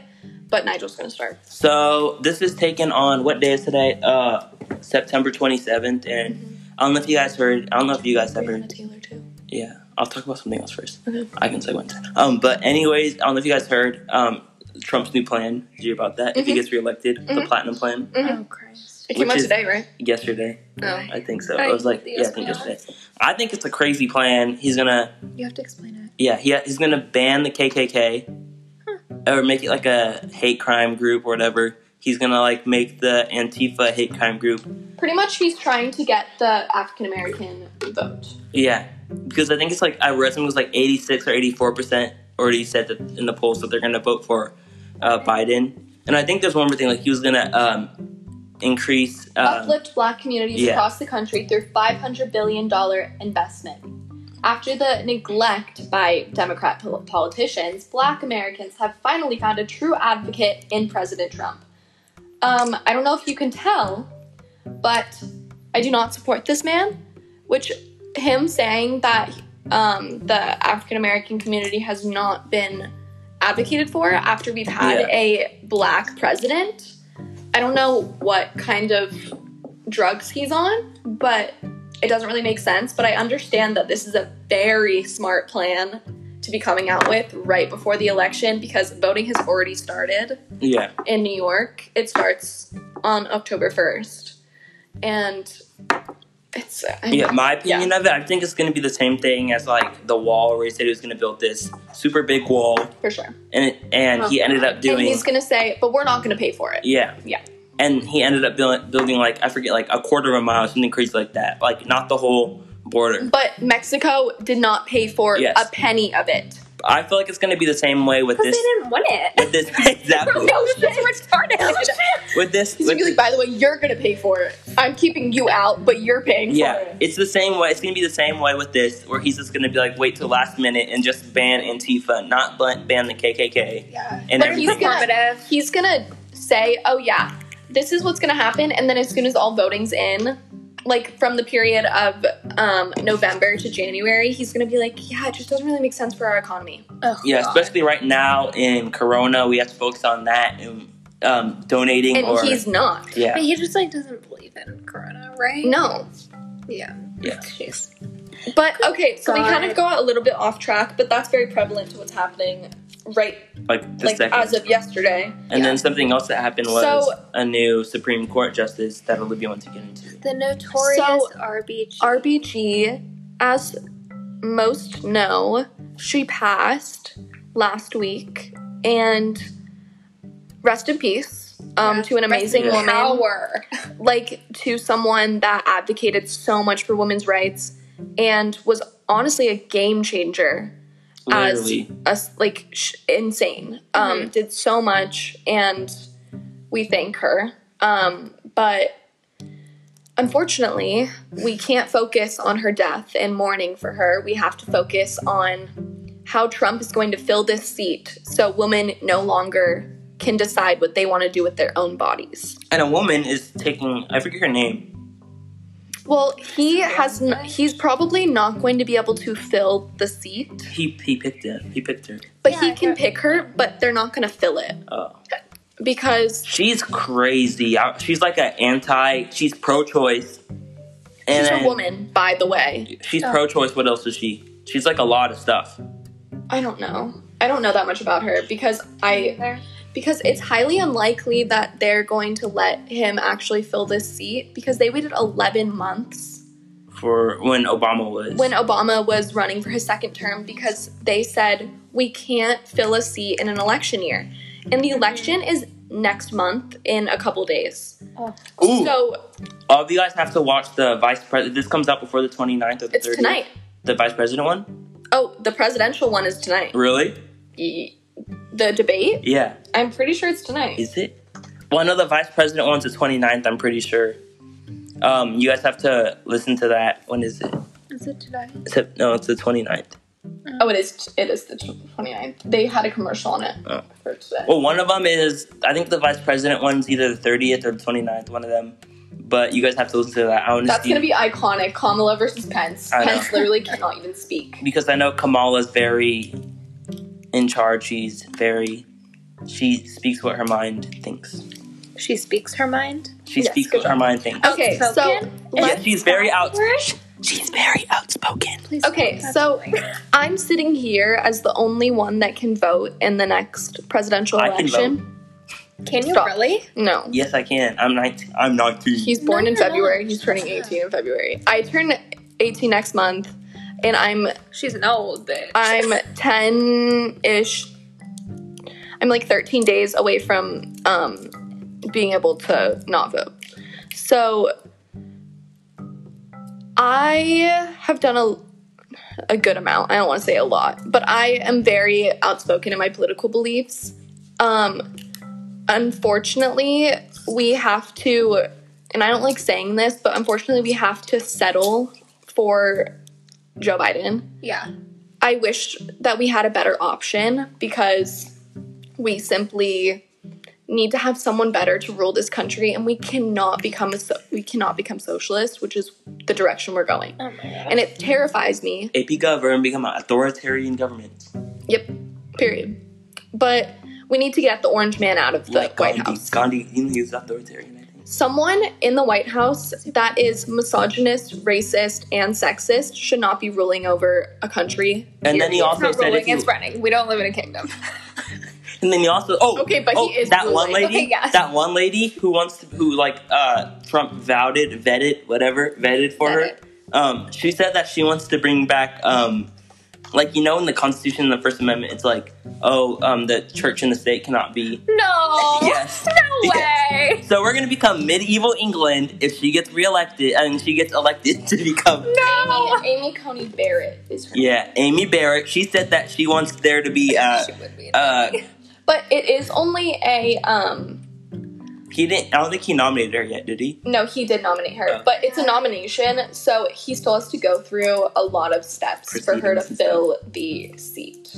B: But Nigel's gonna start.
C: So this is taken on what day is today? Uh, September 27th, and
A: Mm-hmm.
C: I don't know if you guys heard. I don't know if you guys have heard.
B: Breonna Taylor too.
C: Yeah, I'll talk about something else first.
B: Okay.
C: I can say one. Um, but anyways, I don't know if you guys heard um, Trump's new plan. Did you hear about that? If he
B: Mhm.
C: gets reelected, the
B: Mhm.
C: platinum plan
B: Mhm.
A: Oh Christ.
B: It came
C: Which
B: out
C: is-
B: today, right?
C: yesterday.
B: No.
C: I think so.
A: I
C: I was like,
A: think
C: yeah, I think
A: it's-
C: yesterday. I think it's a crazy plan. He's gonna,
A: You have to explain it.
C: yeah, he, he's gonna ban the KKK or make it like a hate crime group or whatever. He's gonna like make the Antifa hate crime group
B: Pretty much, he's trying to get the African American vote.
C: Yeah, because I think it's like I read something was like eighty six or eighty four percent already said that in the polls that they're going to vote for uh, Biden. And I think there's one more thing like he was going to um, increase. Um,
B: uplift black communities
C: yeah.
B: across the country through $500 billion investment. After the neglect by Democrat pol- politicians, black Americans have finally found a true advocate in President Trump. Um, I don't know if you can tell, but I do not support this man, which him saying that um, the African American community has not been advocated for after we've had
C: Yeah.
B: a black president. I don't know what kind of drugs he's on, but it doesn't really make sense. But I understand that this is a very smart plan to be coming out with right before the election because voting has already started
C: yeah,
B: in New York. It starts on October 1st. And it's. I
C: yeah. My opinion of it, I think it's going to be the same thing as like the wall where he said he was going to build this super big wall,
B: for sure.
C: and it, and he ended up doing.
B: Uh-huh. And he's going to say, but we're not going to pay for it.
C: yeah.
B: Yeah.
C: And he ended up building, building like I forget like a quarter of a mile, something crazy like that. Like not the whole border.
B: But Mexico did not pay for
C: Yes.
B: a penny of it.
C: I feel like it's going to be the same way with
A: Because they
C: this.
A: didn't want it.
C: With this exactly.
A: no, shit. retarded.
C: with this,
B: He's going
C: with
B: to be like, by the way, you're going to pay for it. I'm keeping you out, but you're paying for
C: yeah,
B: it.
C: it's the same way. It's gonna be the same way with this, where he's just gonna be like, wait till last minute and just ban Antifa, not ban, ban the KKK
A: yeah.
B: But
C: and
A: They're
B: he's
C: everything. else.
B: gonna-
A: conservative.
B: He's going to say, oh, yeah, this is what's going to happen. And then as soon as all voting's in, like from the period of um, November to January, he's going to be like, yeah, it just doesn't really make sense for our economy.
A: Oh,
C: yeah,
A: God.
C: especially right now in Corona, we have to focus on that and um, donating
B: And
C: or
B: he's not.
A: But
C: yeah,
A: he just like doesn't believe in Corona, right?
B: No.
A: Yeah.
C: Yeah.
A: Jeez.
B: But okay, so we
A: God.
B: kind of go out a little bit off track, but that's very prevalent to what's happening right
C: like the
B: like
C: second.
B: as of yesterday.
A: yeah.
C: and then something else that happened was
B: So-
C: a new Supreme Court justice that Olivia wants to get into.
A: The notorious
B: So-
A: RBG.
B: RBG as most know, she passed last week, and rest in peace um, to an amazing
C: peace.
B: woman,
A: Power.
B: like to someone that advocated so much for women's rights and was honestly a game changer
C: Literally.
B: as us like sh- insane um did so much and we thank her um but unfortunately we can't focus on her death and mourning for her we have to focus on how trump is going to fill this seat so women no longer can decide what they want to do with their own bodies
C: And a woman is taking, I forget her name.
B: well he has n- he's probably not going to be able to fill the seat
C: He, he picked it. He picked her.
B: but
A: Yeah,
B: he
A: I
B: can
A: heard-
B: pick her but they're not going to fill it
C: Oh.
B: because
C: She's crazy. I- She's like an anti, she's pro choice.
B: she's a woman, by the way.
C: She's
A: Oh.
C: pro choice. What else is she? She's like a lot of stuff.
B: I don't know. I don't know that much about her because I
A: Either.
B: because it's highly unlikely that they're going to let him actually fill this seat because they waited 11 months
C: for when Obama was.
B: when Obama was running for his second term because they said we can't fill a seat in an election year. And the election is next month in a couple days.
C: Ooh,
B: So
C: all of you guys have to watch the vice president. This comes out before the 29th or the
B: it's
C: 30th.
B: tonight.
C: The vice president one?
B: Oh, the presidential one is tonight.
C: Really?
B: Y- The debate?
C: Yeah.
B: I'm pretty sure it's tonight.
C: Is it? Well, I know the vice president one's the 29th, I'm pretty sure. Um, you guys have to listen to that. When is it?
A: Is it today?
C: Sep- No, it's the 29th.
B: Oh, it is. It is the 29th. They had a commercial on it
C: Oh.
B: for today.
C: Well, one of them is, I think the vice president one's either the 30th or the 29th, one of them. But you guys have to listen to that. I want to
B: That's
C: see
B: gonna be iconic. Kamala versus Pence.
C: I know.
B: Pence literally cannot even speak.
C: because I know Kamala's very in charge. She's very, she speaks what her mind thinks.
A: She speaks her mind.
C: She
B: Yes,
C: speaks
B: good Oh,
C: what her mind
A: Oh,
C: thinks.
B: Okay, so
A: Outspoken?
C: Yeah,
B: let's,
C: she's very out.
A: Please
C: She's very outspoken.
B: okay,
A: don't touch
B: so
A: me.
B: I'm sitting here as the only one that can vote in the next presidential
C: I can
B: election.
A: Can you
B: Stop.
A: really?
B: No,
C: Yes, I can. I'm 19. I'm 19.
B: he's born
A: No,
B: in
A: no, no.
B: February. He's turning 18 in February. I turn 18 next month, and I'm
A: She's an old bitch.
B: I'm 10 ish. I'm like 13 days away from um, being able to not vote. So I have done a, a good amount. I don't want to say a lot, but I am very outspoken in my political beliefs. Um, unfortunately, we have to, and I don't like saying this, but unfortunately, we have to settle for Joe Biden.
A: yeah.
B: I wish that we had a better option because we simply need to have someone better to rule this country and we cannot become a so- we cannot become socialist, which is the direction we're going.
A: Oh my god.
B: And it terrifies me.
C: AP government become an authoritarian government.
B: Yep. Period. But we need to get the orange man out of the
C: like
B: White
C: Gandhi.
B: House.
C: Gandhi, he was authoritarian. I think.
B: Someone in the White House that is misogynist, racist, and sexist should not be ruling over a country.
C: And then
B: period.
C: he
A: It's
C: also
A: not
C: said, if
A: ruling,
C: you,
A: it's running. We don't live in a kingdom.
C: and then he also, oh,
B: Okay, but he
C: oh,
B: is
C: that one
B: ruling.
C: lady,
A: Okay, yes.
C: that one lady who wants to, who like, uh, Trump vouted, vetted, whatever, vetted for
A: Vetted.
C: her. Um, she said that she wants to bring back, um, like you know, in the Constitution, the First Amendment, it's like, oh, um, the church and the state cannot be.
A: No.
C: Yes.
A: No way.
C: So we're gonna become medieval England if she gets reelected, and she gets elected to become.
A: No.
B: Amy, Amy Coney Barrett is her
C: Yeah, Amy Barrett. She said that she wants there to be. Uh,
A: she would be.
C: uh,
B: But it is only a um
C: he didn't. I don't think he nominated her yet, did he?
B: no, he did nominate her,
C: Oh.
B: but it's a nomination, so he still has to go through a lot of steps for her to
C: Proceedings and stuff.
B: fill the seat.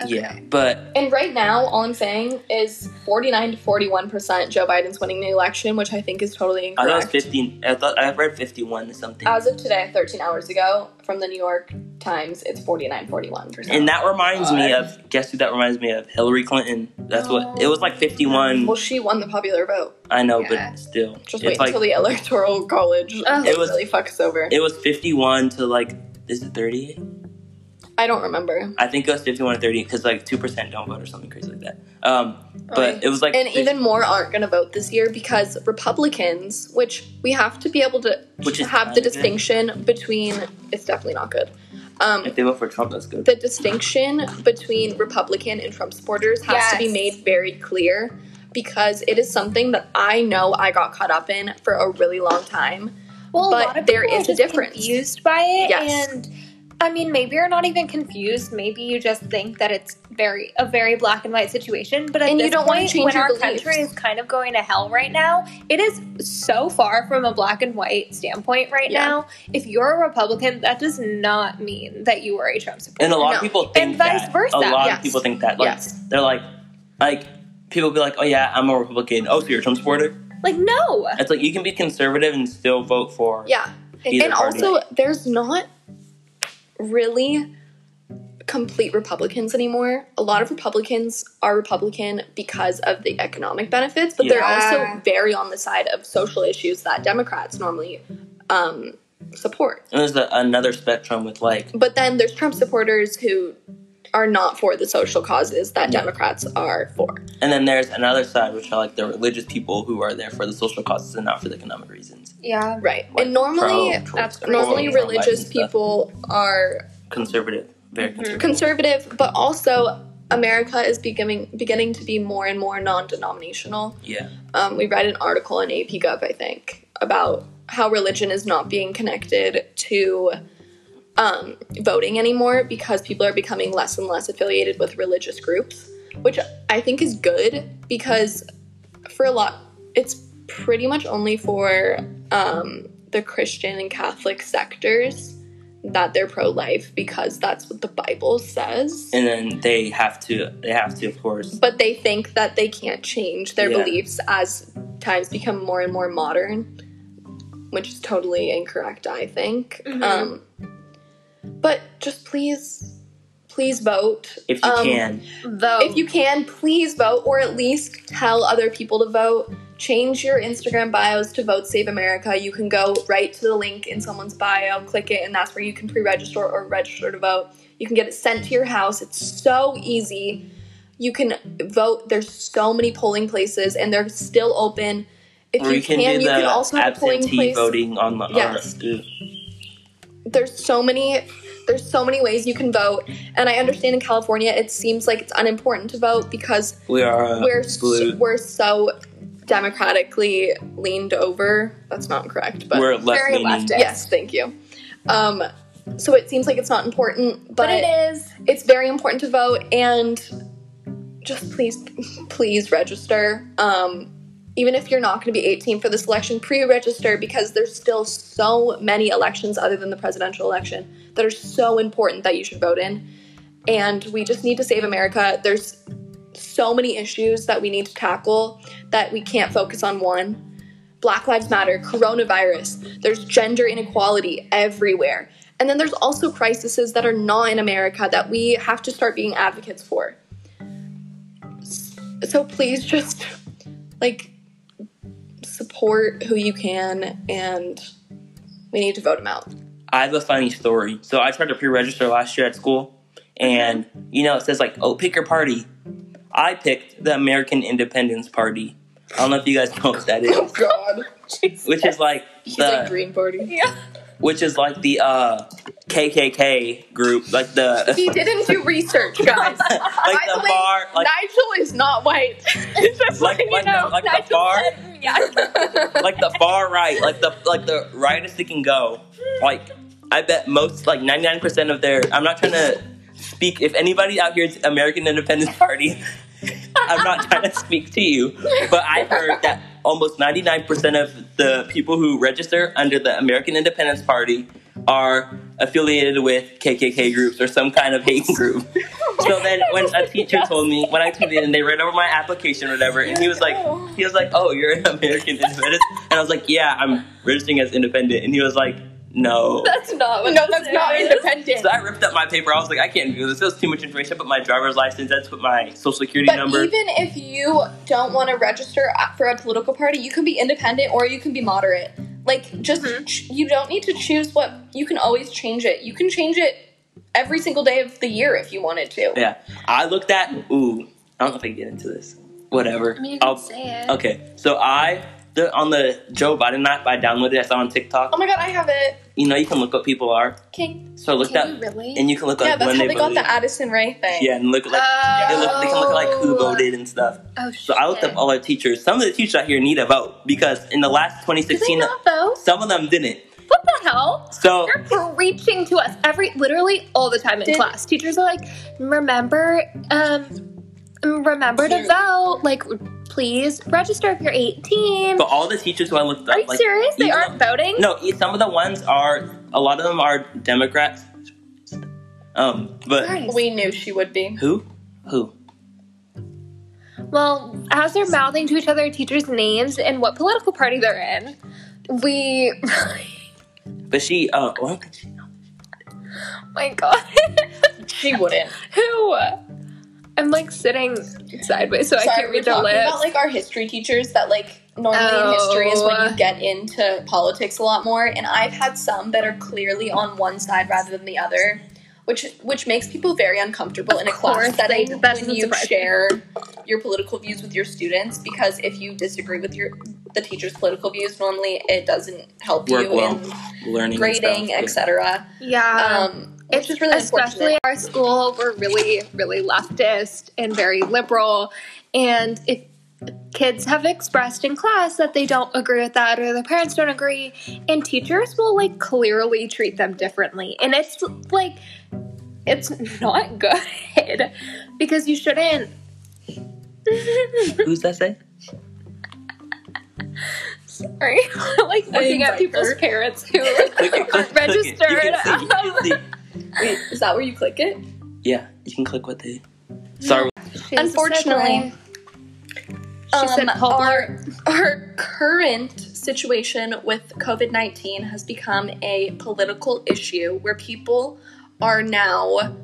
A: Okay.
C: Yeah, but
B: And right now, all I'm saying is 49 to 41 percent Joe Biden's winning the election, which I think is totally
C: I thought it was
B: incorrect.
C: fifteen. I thought I read fifty-one or something.
B: As of today, 13 hours ago, from the New York Times, it's 49 41
C: and
B: percent.
C: that reminds me
A: God.
C: of guess who that reminds me of Hillary Clinton. That's what it was like fifty-one.
B: Well, she won the popular vote.
C: I know,
A: yeah.
C: but still,
B: Just wait
C: it's like
B: until the electoral college
A: Ugh.
C: It was-
B: really fucks over.
C: it was fifty-one to like is it thirty-eight?
B: I don't remember.
C: I think it was fifty-one to thirty because like two percent don't vote or something crazy like that. Um, but it was like
B: and even more aren't going to vote this year because Republicans, which we have to be able to
C: Which is
B: have the
C: kind of good.
B: distinction between, it's definitely not good. Um,
C: If they vote for Trump, that's good.
B: the distinction between Republican and Trump supporters has to be
A: Yes.
B: made very clear because it is something that I know I got caught up in for a really long time.
A: Well,
B: But
A: a lot of
B: there
A: people
B: is
A: are
B: a
A: just
B: difference.
A: Confused by it,
B: Yes.
A: and I mean, maybe you're not even confused. Maybe you just think that it's very a very black and white situation. But at
B: And you
A: this
B: don't wanna
A: point,
B: change
A: when
B: your
A: our
B: beliefs.
A: country is kind of going to hell right now, it is so far from a black and white standpoint right
B: Yeah.
A: now. If you're a Republican, that does not mean that you were a Trump supporter.
C: And a lot
B: No.
C: of people think
A: And vice
C: that.
A: versa.
C: A lot
B: Yes.
C: of people think that. Like
B: Yes.
C: they're like, like people be like, oh yeah, I'm a Republican. Oh, so you're a Trump supporter?
A: Like, no,
C: It's like you can be conservative and still vote for.
B: Yeah.
C: Either
B: and
C: party.
B: also, there's not really complete Republicans anymore. A lot of Republicans are Republican because of the economic benefits, but they're
A: Yeah.
B: also very on the side of social issues that Democrats normally um, support.
C: And there's a, another spectrum with like
B: But then there's Trump supporters who are not for the social causes that Democrats are for.
C: And then there's another side, which are like the religious people who are there for the social causes and not for the economic reasons.
A: yeah,
B: Right.
C: Like
B: and normally
C: pro-
A: that's
C: pro-
B: normally
C: pro-life and
B: religious
C: stuff.
B: people are
C: conservative, very
B: Mm-hmm.
C: conservative.
B: conservative, but also America is becoming beginning to be more and more non-denominational.
C: Yeah,
B: Um, we read an article in AP Gov, I think, about how religion is not being connected to um, voting anymore because people are becoming less and less affiliated with religious groups, which I think is good because for a lot, it's pretty much only for um, the Christian and Catholic sectors that they're pro-life because that's what the Bible says
C: and then they have to, they have to, of course.
B: but they think that they can't change their
C: Yeah.
B: beliefs as times become more and more modern, which is totally incorrect, I think.
A: Mhm.
B: Um, but just please, please vote.
C: If you
B: Um,
C: can,
A: though.
B: If you can, please vote, or at least tell other people to vote. Change your Instagram bios to Vote Save America. You can go right to the link in someone's bio, click it, and that's where you can pre register or register to vote. You can get it sent to your house. It's so easy. You can vote. There's so many polling places, and they're still open. If
C: or you can, do
B: you
C: the
B: can also have a polling
C: absentee
B: place
C: voting on the.
B: Yes.
C: Or,
B: there's so many there's so many ways you can vote and i understand in california it seems like it's unimportant to vote because
C: we are uh,
B: we're
C: blue.
B: so, we're so democratically leaned over that's not correct but
C: we're left
A: very
C: leaning.
A: leftist.
B: yes thank you um so it seems like it's not important but,
A: but it is
B: it's very important to vote and just please please register um even if you're not going to be 18 for this election pre-register because there's still so many elections other than the presidential election that are so important that you should vote in and we just need to save america there's so many issues that we need to tackle that we can't focus on one Black Lives Matter, coronavirus, there's gender inequality everywhere. And then there's also crises that are not in America that we have to start being advocates for. So please just like support who you can and we need to vote them out.
C: I have a funny story. So I tried to pre-register last year at school,
B: Mm-hmm.
C: and you know it says like, "Oh, pick your party." I picked the American Independence Party. I don't know if you guys know what that is,
B: God.
C: which is like
B: He's like
C: the
B: green party.
C: which is like the uh, KKK group, like the
B: He didn't do research, guys.
C: like
B: By the
C: the
B: way,
C: bar, like
B: Nigel is not white. Just
C: like
B: letting you
C: like, the,
B: know.
C: like the far
A: yeah.
C: like the far right, like the like the rightest it can go. Like I bet most like ninety nine percent of their. I'm not trying to speak. If anybody out here is American Independence Party, I'm not trying to speak to you. But I heard that almost ninety nine percent of the people who register under the American Independence Party are affiliated with KKK groups or some kind of hate group. So then when a teacher told me when I tuned in, they read over my application or whatever, and he was like, he was like, "Oh, you're an American independent," and I was like, "Yeah, I'm registering as independent," and he was like, "No."
A: That's not what
B: no, that's not
A: it is.
B: independent.
C: So I ripped up my paper. I was like, "I can't do this. There's too much information." I put my driver's license. That's put my social security
B: But
C: number.
B: even if you don't want to register for a political party, you can be independent or you can be moderate. Like, just ch- you don't need to choose what you can always change it. You can change it every single day of the year if you wanted to.
C: yeah, I looked at. Ooh, I don't know if I can get into this. Whatever.
A: I mean, you can
C: I'll-
A: say it.
C: Okay, so I the on the Joe Biden app. I downloaded. it. I saw on TikTok.
B: Oh my god, I have it.
C: You know, you can look what people are.
B: King.
C: So look
A: Can
C: that,
A: you really?
C: and you can look
B: yeah,
C: like
B: that's
C: when
B: how
C: they
B: they got
C: voted.
B: the Addison Ray thing.
C: yeah, and look like they, look, they can look at like who voted and stuff.
A: Oh, shit.
C: So I looked up all our teachers. Some of the teachers out here need a vote because in the last
A: Did they
C: 2016,
A: not vote?
C: some of Oh. them didn't.
A: What the hell?
C: So
A: They're preaching to us every literally all the time in
B: Did-
A: class. Teachers are like, remember, um, remember to
B: Cute.
A: vote. Like, please register if you're 18.
C: But all the teachers who I looked up,
A: are you
C: like,
A: serious? They
C: even
A: aren't voting?
C: though- No, e- some of the ones are. A lot of them are Democrats. Um, but
A: Christ.
B: We knew she would be.
C: who? Who?
A: Well, as they're mouthing to each other teachers' names and what political party they're in, we oh
C: But she. Uh, what?
A: my god.
B: She wouldn't.
A: Who? I'm like sitting sideways so I
B: Sorry,
A: can't
B: we're
A: read their
B: talking
A: lips.
B: about like our history teachers that like normally in history is when
A: Oh.
B: you get into politics a lot more, and I've had some that are clearly on one side rather than the other, which which makes people very uncomfortable
A: Of
B: in a
A: course,
B: class setting
A: like, that
B: when
A: doesn't
B: you
A: surprise me.
B: share your political views with your students because if you disagree with your the teacher's political views, normally it doesn't help
C: Work
B: you
C: well.
B: in
C: Learning. and
B: grading,
C: stuff.
B: etc.
A: yeah.
B: Um, which is really
A: especially
B: unfortunate.
A: our school we're really really leftist and very liberal and if kids have expressed in class that they don't agree with that or the parents don't agree and teachers will like clearly treat them differently and it's like it's not good because you shouldn't
C: Who's that say?
A: sorry like looking at
B: invite
A: people's
B: her.
A: parents who
C: Click it, click it, click it. You
A: registered
C: can see, you can see.
B: Wait, is that where you click it?
C: Yeah, you can click what they. Sorry.
A: She has a
B: Unfortunately,
A: segue. she said
B: Um,
A: Paul
B: our, our current situation with COVID 19 has become a political issue where people are now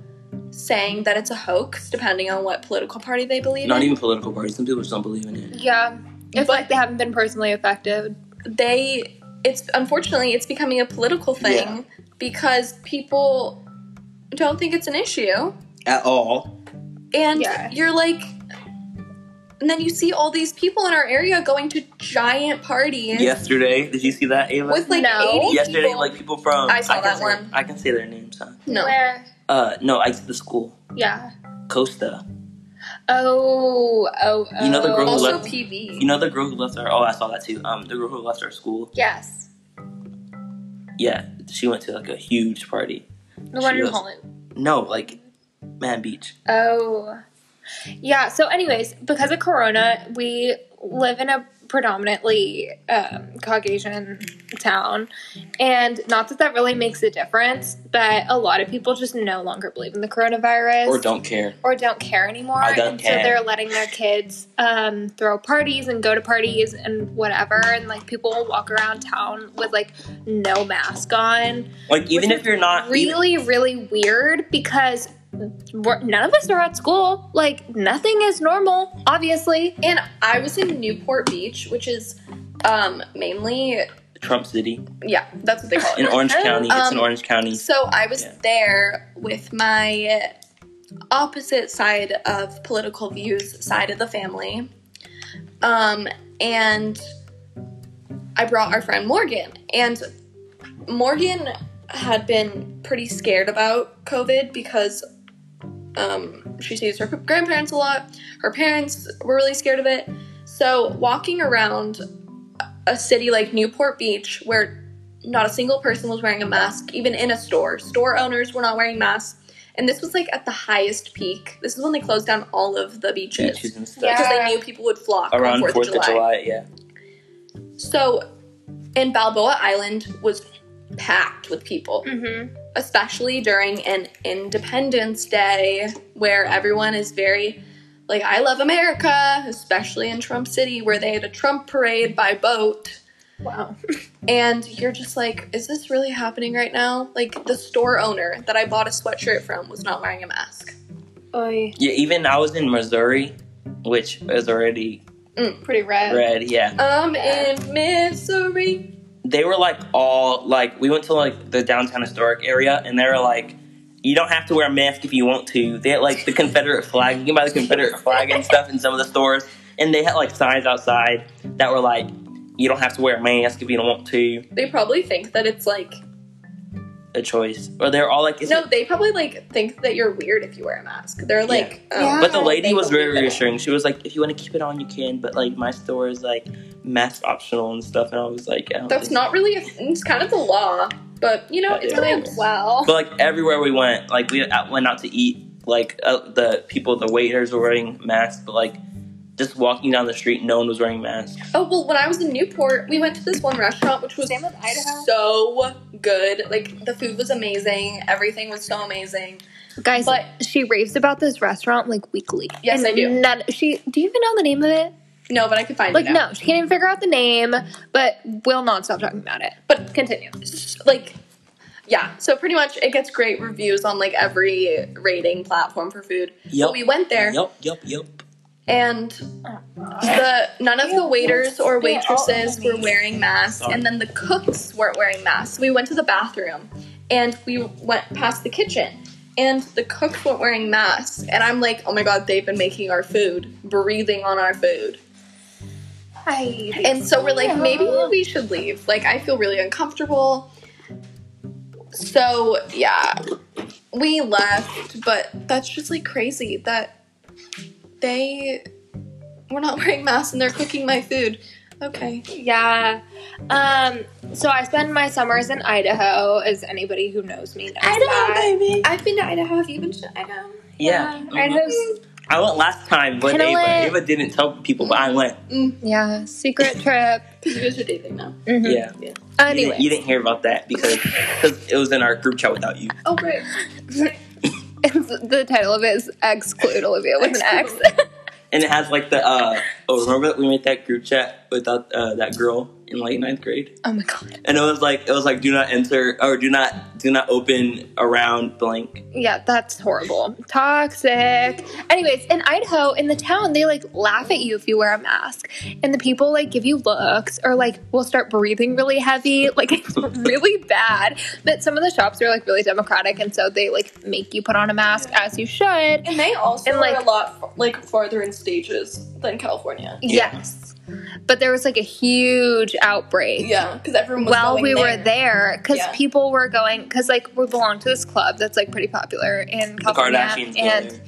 B: saying that it's a hoax, depending on what political party they believe
C: Not
B: in.
C: even political parties. Some people just don't believe in it.
A: yeah it's
B: But-
A: like they haven't been personally affected
B: they, it's unfortunately, it's becoming a political thing
C: Yeah.
B: because people don't think it's an issue.
C: At all.
B: And
A: Yeah.
B: you're like, and then you see all these people in our area going to giant parties
C: Yesterday, did you see that, Ava?
B: with like
A: No.
B: 80
C: Yesterday,
B: people.
C: like people from.
B: I saw
C: can
B: that
C: say-
B: one.
C: I can say their names, huh?
B: no.
A: Where?
C: Uh, no, I the school.
A: Yeah.
C: Costa.
A: Oh, oh, oh.
C: You know the girl who
B: Also
C: left-
B: PB.
C: You know the girl who left our oh I saw that too. Um the girl who left our school.
A: Yes.
C: Yeah, she went to like a huge party.
A: The one
C: She
A: in
C: was-
A: Holland.
C: No, like Man Beach.
A: Oh. Yeah. So, anyways, because of Corona, we live in a predominantly um, Caucasian town. And not that that really makes a difference, but a lot of people just no longer believe in the coronavirus.
C: Or don't care.
A: or don't care anymore.
C: I don't
A: and
C: care.
A: so they're letting their kids um, throw parties and go to parties and whatever. And like people will walk around town with like no mask on.
C: Like even
A: Which
C: if you're not even-
A: Really, really weird because we're, none of us are at school. Like nothing is normal, obviously.
B: And I was in Newport Beach, which is um, mainly,
C: Trump City.
B: yeah, that's what they call
C: In
B: it.
C: Orange County. it's in
B: Um,
C: Orange County.
B: So I was
C: Yeah.
B: there with my opposite side of political views side of the family. Um, and I brought our friend Morgan. And Morgan had been pretty scared about COVID because um, she sees her grandparents a lot. Her parents were really scared of it. So walking around a city like Newport Beach, where not a single person was wearing a mask, even in a store, store owners were not wearing masks. And this was like at the highest peak. This is when they closed down all of the beaches
C: Beaches and stuff.
A: Yeah.
B: because they knew people would flock
C: Around
B: on
C: Fourth of July, yeah.
B: So, and Balboa Island was packed with people,
A: Mm-hmm.
B: especially during an Independence Day where everyone is very like, I love America, especially in Trump City where they had a Trump parade by boat.
A: Wow.
B: And you're just like, is this really happening right now? Like, the store owner that I bought a sweatshirt from was not wearing a mask.
A: Oy,
C: Yeah, even I was in Missouri, which is already
A: pretty red.
C: red, yeah.
B: I'm in misery.
C: they were like all like we went to like the downtown historic area and they were like you don't have to wear a mask if you want to they had like the confederate flag you can buy the confederate flag and stuff in some of the stores and they had like signs outside that were like you don't have to wear a mask if you don't want to.
B: They probably think that it's like
C: A choice. Or they're all like, it's
B: no. They probably like think that you're weird if you wear a mask. They're like,
A: Yeah.
B: um,
A: Yeah.
C: But the
A: Oh,
C: lady
B: they
C: was very
B: believe it.
C: reassuring. She was like, if you want to keep it on, you can, but like my store is like mask optional and stuff. And I was like, I don't
B: that's
C: think-
B: not really. A, it's kind of the law, but you know,
C: That
B: it's
C: is.
B: kind
A: Like,
B: of
A: wow.
C: But like everywhere we went, like we out- went out to eat, like uh, the people, the waiters were wearing masks, but like just walking down the street, no one was wearing masks.
B: Oh well, when I was in Newport, we went to this one restaurant which was
A: Same with Idaho.
B: so good. Like the food was amazing, everything was so amazing.
A: Guys,
B: But-
A: she raves about this restaurant like weekly.
B: Yes, I do.
A: None, she, do you even know the name of it?
B: No, but I could find
A: Like,
B: it out.
A: no, she can't even figure out the name, but will not stop talking about it.
B: But
A: Continue.
B: like, yeah. So pretty much, it gets great reviews on like every rating platform for food.
C: Yep.
B: But we went there,
C: Yep, yep, yep.
B: and the none of the waiters or
A: They're all
B: waitresses were wearing masks,
C: Sorry.
B: and then the cooks weren't wearing masks. We went to the bathroom, and we went past the kitchen, and the cooks weren't wearing masks. And I'm like, oh my god, they've been making our food, breathing on our food.
A: I
B: And so we're like,
A: Yeah.
B: maybe we should leave. Like, I feel really uncomfortable. So, yeah, we left, but that's just like crazy that they were not wearing masks and they're cooking my food. Okay.
A: Yeah. Um, so I spend my summers in Idaho, as anybody who knows me knows. that.
B: baby. I've been to Idaho. Have you been to Idaho?
C: Yeah. Mhm.
A: Idaho's
C: I went last time with
A: Kinda
C: Ava.
A: lit.
C: Ava didn't tell people, but I went.
A: yeah, secret trip.
B: Because you guys are dating now.
A: Mhm.
C: Mm-hmm. Yeah. You,
A: Anyway.
C: didn't, you didn't hear about that because cause it was in our group chat without you.
B: Oh, great.
A: the title of it is Exclude Olivia with an X.
C: And it has like the uh oh remember that we made that group chat without uh, that girl in like ninth grade?
A: oh my god.
C: And it was like it was like do not enter or do not do not open around blank.
A: Yeah, that's horrible. Toxic. Anyways, in Idaho, in the town, they like laugh at you if you wear a mask. And the people like give you looks or like will start breathing really heavy. Like it's really bad. But some of the shops are like really democratic and so they like make you put on a mask as you should.
B: And they also
A: And, like-
B: are a lot like farther in stages than California.
C: Yeah.
A: Yes. But there was like a huge outbreak.
B: Yeah, because everyone was
A: While
B: going
A: we were there, because
B: Yeah.
A: people were going, because like we belong to this club that's like pretty popular in
C: The
A: California,
C: Kardashians go
A: and
C: there.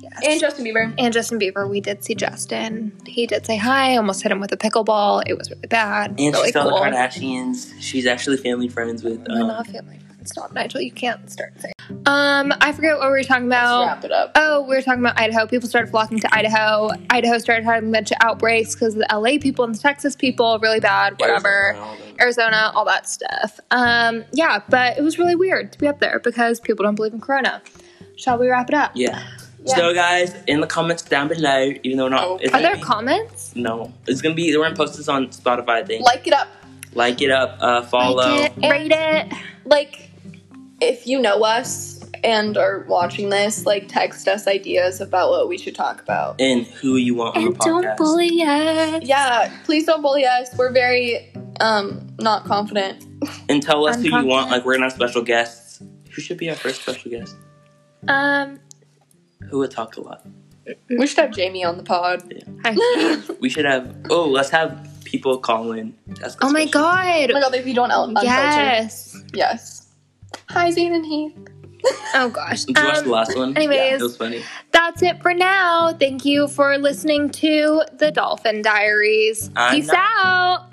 A: yes.
B: And Justin Bieber.
A: And Justin Bieber, we did see Justin. He did say hi. I Almost hit him with a pickleball. It was really bad.
C: and
A: really
C: she's on
A: cool.
C: the Kardashians. She's actually family friends with
A: We're
C: um,
A: not family friends. Stop, Nigel. You can't start saying. Um, I forget what we were talking about.
B: Let's wrap it up.
A: Oh, we were talking about Idaho. People started flocking to Idaho. Idaho started having a bunch of outbreaks because the LA people and the Texas people really bad. Whatever.
C: Arizona and all them.
A: Arizona, all that stuff. Um, yeah, but it was really weird to be up there because people don't believe in Corona. Shall we wrap it up?
C: Yeah. So guys, in the comments down below, even though we're not
B: Oh.
C: it's
A: Are
C: gonna
A: there
C: be-
A: comments?
C: No. It's gonna be we're gonna post this on Spotify I think. Like,
B: Like it up.
C: it up, uh follow.
A: Like it, rate it.
B: like if you know us and are watching this, like text us ideas about what we should talk about.
C: And who you want on the
A: And
C: podcast.
A: don't bully us.
B: Yeah, please don't bully us. We're very um not confident.
C: and tell us
A: I'm
C: who you want.
A: confident.
C: Like we're gonna have special guests. Who should be our first special guest?
A: Um,
C: Who would talk a lot?
B: We should have Jamie on the pod.
A: hi.
B: oh
C: We should have. Oh, let's have people call in. That's
A: oh my god.
B: my god, if you don't un- unfilter.
A: Yes.
B: Yes. Hi Zane and Heath.
A: Oh gosh.
C: Did you watch the
A: Um,
C: last one?
A: anyways.
C: Yeah, it was funny.
A: that's it for now. Thank you for listening to the Dolphin Diaries.
C: I'm
A: Peace
C: not-
A: out.